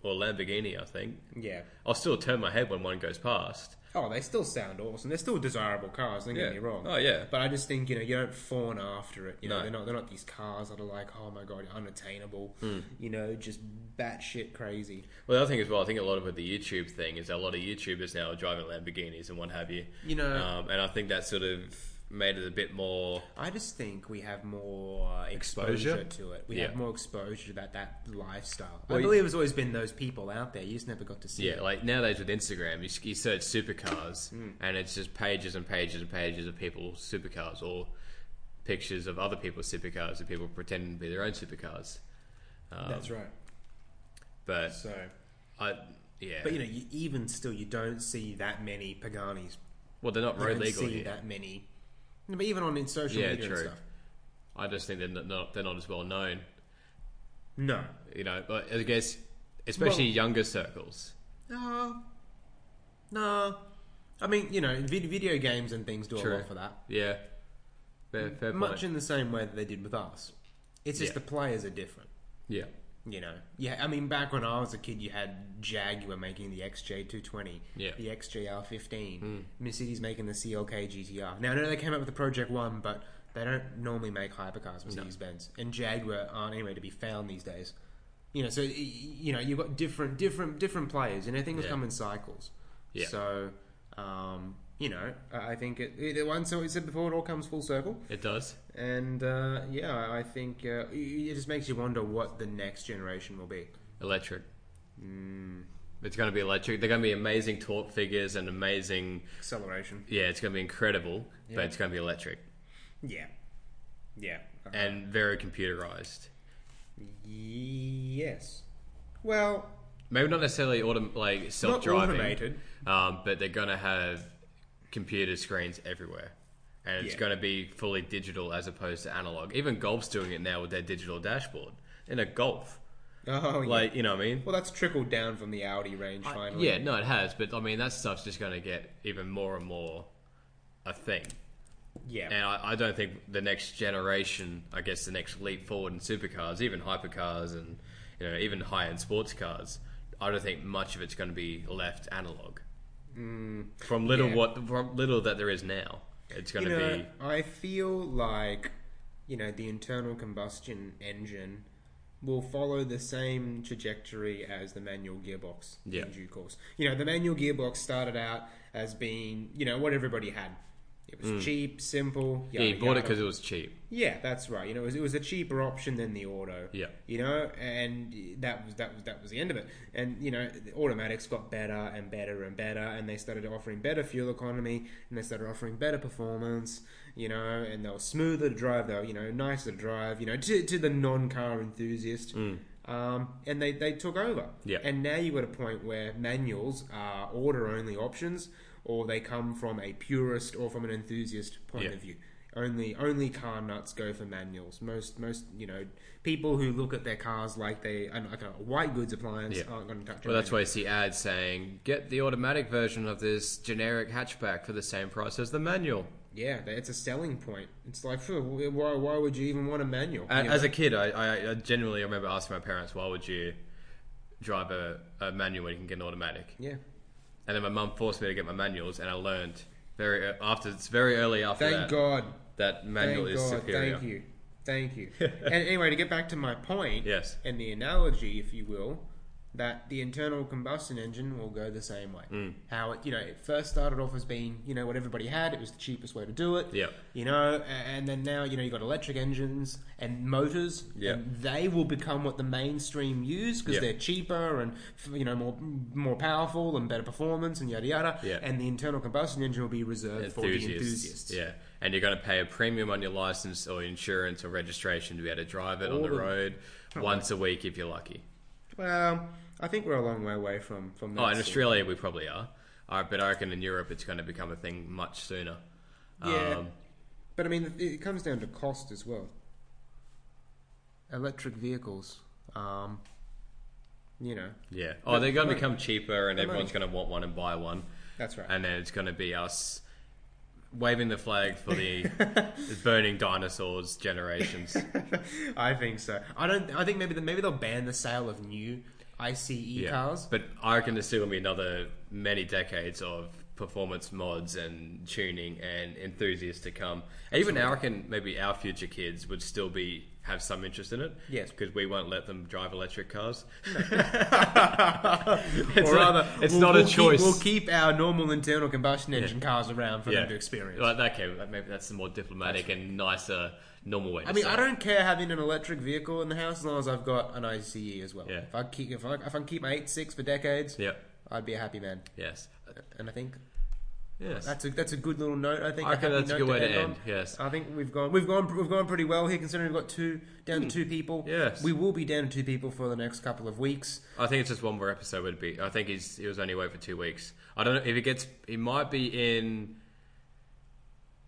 Speaker 1: or Lamborghini. I think
Speaker 2: yeah.
Speaker 1: I'll still turn my head when one goes past.
Speaker 2: Oh, they still sound awesome. They're still desirable cars. Don't get
Speaker 1: Yeah.
Speaker 2: me wrong.
Speaker 1: Oh, yeah.
Speaker 2: But I just think you know you don't fawn after it. You know,
Speaker 1: No.
Speaker 2: they're not they're not these cars that are like oh my god unattainable.
Speaker 1: Hmm.
Speaker 2: You know, just batshit crazy.
Speaker 1: Well, the other thing as well, I think a lot of it, the YouTube thing is that a lot of YouTubers now are driving Lamborghinis and what have you.
Speaker 2: You know-
Speaker 1: um, and I think that sort of made it a bit more.
Speaker 2: I just think we have more exposure,
Speaker 1: Exposure?
Speaker 2: to it. We
Speaker 1: Yeah.
Speaker 2: have more exposure to that that lifestyle.
Speaker 1: Well,
Speaker 2: I
Speaker 1: you-
Speaker 2: believe there's always been those people out there. You just never got to see.
Speaker 1: Yeah, like nowadays with Instagram, you, s- you search supercars,
Speaker 2: Hmm.
Speaker 1: and it's just pages and pages and pages of people's supercars or pictures of other people's supercars and people pretending to be their own supercars.
Speaker 2: it.
Speaker 1: Um,
Speaker 2: That's right.
Speaker 1: But
Speaker 2: So,
Speaker 1: I, yeah,
Speaker 2: but you know, you, even still, you don't see that many Paganis.
Speaker 1: well, they're not
Speaker 2: You
Speaker 1: road
Speaker 2: don't
Speaker 1: legal
Speaker 2: see
Speaker 1: here.
Speaker 2: that many. No, but even on in social
Speaker 1: Yeah,
Speaker 2: media and
Speaker 1: true.
Speaker 2: stuff.
Speaker 1: I just think they're not- not they're not as well known.
Speaker 2: No.
Speaker 1: You know, but I guess especially
Speaker 2: Well-
Speaker 1: younger circles.
Speaker 2: No. No. I mean, you know, vid- video games and things do a
Speaker 1: True.
Speaker 2: lot for that.
Speaker 1: Yeah, fair, fair
Speaker 2: Much
Speaker 1: point.
Speaker 2: in the same way that they did with us. It's just
Speaker 1: Yeah.
Speaker 2: the players are different.
Speaker 1: Yeah,
Speaker 2: You know, yeah. I mean, back when I was a kid, you had Jaguar making the XJ220,
Speaker 1: Yeah. Hmm.
Speaker 2: the XJR15, Mercedes making the CLK GTR. Now I know they came up with the Project One, but they don't normally make hypercars, Mercedes Benz, and Jaguar aren't anywhere to be found these days. You know, so y- y- you know you've got different, different, different players, and everything was
Speaker 1: Yeah.
Speaker 2: coming in cycles.
Speaker 1: Yeah.
Speaker 2: So, um, you know, I I think it, it once we said before, it all comes full circle.
Speaker 1: it does.
Speaker 2: And uh, yeah, I think uh, it- it just makes you wonder what the next generation will be.
Speaker 1: Electric.
Speaker 2: Hmm.
Speaker 1: It's going to be electric. They're going to be amazing torque figures and amazing.
Speaker 2: Acceleration.
Speaker 1: Yeah, it's going to be incredible,
Speaker 2: Yeah.
Speaker 1: but it's going to be electric
Speaker 2: Yeah. Yeah.
Speaker 1: and very computerized.
Speaker 2: yes. Well,
Speaker 1: Maybe not necessarily autom- like self driving,
Speaker 2: automated.
Speaker 1: um, but they're going to have computer screens everywhere. And it's
Speaker 2: Yeah.
Speaker 1: going to be fully digital as opposed to analog. Even Golf's doing it now with their digital dashboard in a Golf.
Speaker 2: oh, yeah.
Speaker 1: Like, you know what I mean?
Speaker 2: well, that's trickled down from the Audi range
Speaker 1: I-
Speaker 2: finally.
Speaker 1: Yeah, no, it has, but I mean that stuff's just going to get even more and more a thing.
Speaker 2: Yeah.
Speaker 1: And I, I don't think the next generation, I guess the next leap forward in supercars, even hypercars, and you know even high-end sports cars, I don't think much of it's going to be left analog. Mm, from little
Speaker 2: yeah.
Speaker 1: what from little that there is now, it's going
Speaker 2: you
Speaker 1: to
Speaker 2: know,
Speaker 1: be
Speaker 2: I feel like you know the internal combustion engine will follow the same trajectory as the manual gearbox
Speaker 1: Yeah.
Speaker 2: in due course. You know, the manual gearbox started out as being you know what everybody had. It was cheap, simple.
Speaker 1: Mm. yeah, you bought it because it was cheap.
Speaker 2: Yeah, that's right. You know, it was, it was a cheaper option than the auto.
Speaker 1: Yeah.
Speaker 2: You know, and that was that was that was the end of it. And you know, the automatics got better and better and better, and they started offering better fuel economy, and they started offering better performance. You know, and they were smoother to drive. They were you know nicer to drive. You know, to to the non car enthusiast. Um, and they, they took over.
Speaker 1: Mm. Yeah.
Speaker 2: And now you've got a point where manuals are order only options, or they come from a purist or from an enthusiast point
Speaker 1: Yeah.
Speaker 2: of view. Only only car nuts go for manuals. Most most you know people who look at their cars like they are like a white goods appliance
Speaker 1: Yeah.
Speaker 2: aren't going to touch. a
Speaker 1: Well, that's
Speaker 2: manual.
Speaker 1: why you see ads saying get the automatic version of this generic hatchback for the same price as the manual.
Speaker 2: yeah, that- it's a selling point. It's like phew, why why would you even want a manual?
Speaker 1: A-
Speaker 2: You
Speaker 1: As
Speaker 2: know?
Speaker 1: a kid, I, I, I genuinely remember asking my parents, "Why would you drive a, a manual when you can get an automatic?"
Speaker 2: yeah,
Speaker 1: And then my mum forced me to get my manuals, and I learned very e- after it's very early after that
Speaker 2: thank God,
Speaker 1: that manual
Speaker 2: thank
Speaker 1: is
Speaker 2: God,
Speaker 1: superior.
Speaker 2: thank you. Thank you. and anyway, to get back to my point
Speaker 1: Yes.
Speaker 2: and the analogy, if you will, that the internal combustion engine will go the same way.
Speaker 1: Mm.
Speaker 2: How it, you know, it first started off as being, you know, what everybody had. It was the cheapest way to do it.
Speaker 1: Yep.
Speaker 2: You know, a- and then now, you know, you've got electric engines and motors.
Speaker 1: Yep.
Speaker 2: And they will become what the mainstream use because
Speaker 1: Yep.
Speaker 2: they're cheaper and, f- you know, more more powerful and better performance and yada yada.
Speaker 1: Yeah.
Speaker 2: And the internal combustion engine will be reserved for the enthusiasts.
Speaker 1: Yeah, and you're going to pay a premium on your license or insurance or registration to be able to drive it on
Speaker 2: All
Speaker 1: the
Speaker 2: the-
Speaker 1: road once a week if you're lucky.
Speaker 2: Well, I think we're a long way away from from that.
Speaker 1: Oh, in
Speaker 2: sort of-
Speaker 1: Australia we probably are, uh, but I reckon in Europe it's going to become a thing much sooner.
Speaker 2: Yeah,
Speaker 1: Um,
Speaker 2: but I mean, it comes down to cost as well. Electric vehicles, um, you know,
Speaker 1: yeah. Oh, they're going to
Speaker 2: money.
Speaker 1: become cheaper, and
Speaker 2: The
Speaker 1: everyone's going to want one and buy one,
Speaker 2: that's right.
Speaker 1: and then it's going to be us waving the flag for the burning dinosaurs generations.
Speaker 2: I think so. I don't. I think maybe the, maybe they'll ban the sale of new ICE cars.
Speaker 1: But I reckon there's still gonna be another many decades of performance mods and tuning and enthusiasts to come. And even I reckon maybe our future kids would still be have some interest in it.
Speaker 2: Yes.
Speaker 1: because we won't let them drive electric cars.
Speaker 2: or rather,
Speaker 1: it's
Speaker 2: we'll-
Speaker 1: not
Speaker 2: we'll
Speaker 1: a
Speaker 2: keep-
Speaker 1: choice.
Speaker 2: we'll keep our normal internal combustion engine cars around for
Speaker 1: yeah.
Speaker 2: them to experience.
Speaker 1: Like, okay, like, maybe that's the more diplomatic and nicer, normal way. To
Speaker 2: I mean,
Speaker 1: say
Speaker 2: I
Speaker 1: it.
Speaker 2: don't care having an electric vehicle in the house as long as I've got an ICE as well.
Speaker 1: Yeah.
Speaker 2: If I keep if I, if I can keep my eight six for decades,
Speaker 1: Yeah.
Speaker 2: I'd be a happy man.
Speaker 1: Yes.
Speaker 2: And I think
Speaker 1: Yes.
Speaker 2: That's a that's a good little note. I think.
Speaker 1: I reckon
Speaker 2: happy
Speaker 1: that's a
Speaker 2: note
Speaker 1: good way to
Speaker 2: on.
Speaker 1: end, yes.
Speaker 2: I think we've gone we've gone we've gone pretty well here, considering we've got two down to two people.
Speaker 1: Hmm. yes.
Speaker 2: we will be down to two people for the next couple of weeks.
Speaker 1: I think it's just one more episode would be. I think he's he was only away for two weeks. I don't know if it gets. He might be in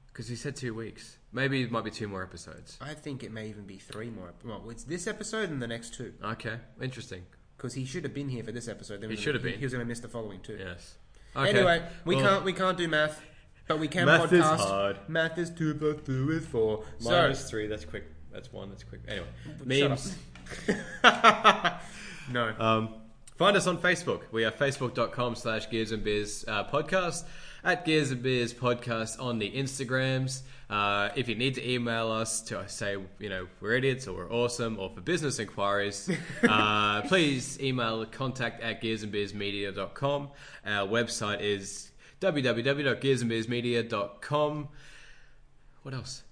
Speaker 1: because he said two weeks. Maybe it might be two more episodes.
Speaker 2: I think it may even be three more. Well, it's this episode and the next two
Speaker 1: Okay, interesting.
Speaker 2: because he should have been here for this episode. Then
Speaker 1: He
Speaker 2: we're
Speaker 1: should
Speaker 2: gonna-
Speaker 1: have been.
Speaker 2: He was going to miss the following two.
Speaker 1: Yes. Okay.
Speaker 2: Anyway, we
Speaker 1: Well,
Speaker 2: can't we can't do math, but we can
Speaker 1: Math is
Speaker 2: podcast.
Speaker 1: hard.
Speaker 2: Math is two plus two is four.
Speaker 1: minus three. That's quick. That's one. That's quick. Anyway, memes.
Speaker 2: so no.
Speaker 1: Um, find us on Facebook. We are facebook.com slash Gears and Beers uh, podcast, at Gears and Beers podcast on the Instagrams. Uh, if you need to email us to say, you know, we're idiots or we're awesome or for business inquiries, uh, please email contact at gearsandbeersmedia.com. Our website is www.gearsandbeersmedia.com. What else?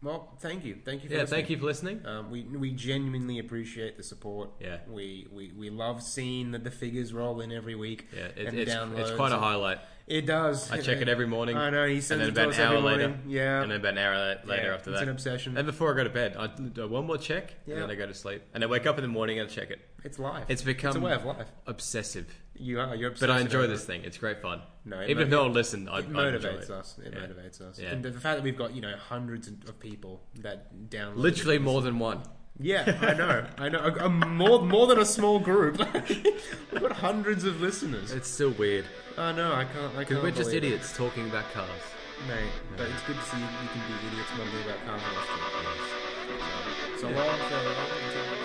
Speaker 2: well, thank you, thank you. For
Speaker 1: Yeah,
Speaker 2: listening.
Speaker 1: thank you for listening.
Speaker 2: Um, we we genuinely appreciate the support.
Speaker 1: Yeah.
Speaker 2: we we, we love seeing that the figures roll in every week.
Speaker 1: Yeah, it,
Speaker 2: and
Speaker 1: it's,
Speaker 2: downloads.
Speaker 1: it's quite a highlight.
Speaker 2: It does.
Speaker 1: I check it every morning.
Speaker 2: I know. He sends
Speaker 1: and then
Speaker 2: it to
Speaker 1: about
Speaker 2: us
Speaker 1: an hour
Speaker 2: every
Speaker 1: later,
Speaker 2: morning. Yeah,
Speaker 1: and then about an hour la- later
Speaker 2: Yeah,
Speaker 1: after
Speaker 2: it's
Speaker 1: that.
Speaker 2: an obsession.
Speaker 1: And before I go to bed, I do one more check, and then
Speaker 2: Yeah.
Speaker 1: I go to sleep, and I wake up in the morning and I check it.
Speaker 2: it's life.
Speaker 1: It's become
Speaker 2: it's a way of life.
Speaker 1: obsessive,
Speaker 2: You are. You're
Speaker 1: but I
Speaker 2: obsessed
Speaker 1: enjoy
Speaker 2: about
Speaker 1: this thing. It's great fun.
Speaker 2: No, it
Speaker 1: even if
Speaker 2: mo-
Speaker 1: no one listened, I,
Speaker 2: It
Speaker 1: I enjoy
Speaker 2: motivates
Speaker 1: it.
Speaker 2: us. It
Speaker 1: Yeah.
Speaker 2: motivates us.
Speaker 1: Yeah.
Speaker 2: And the fact that we've got you know hundreds of people that download.
Speaker 1: Literally more than one.
Speaker 2: Yeah, I know. I know. A, a more more than a small group. we've got hundreds of listeners.
Speaker 1: It's still weird
Speaker 2: I know. I can't. I can't.
Speaker 1: because we're just
Speaker 2: believe it.
Speaker 1: idiots talking about cars.
Speaker 2: Mate, but it's good to see you can be idiots mumbling about Kanye West. So long, farewell, until-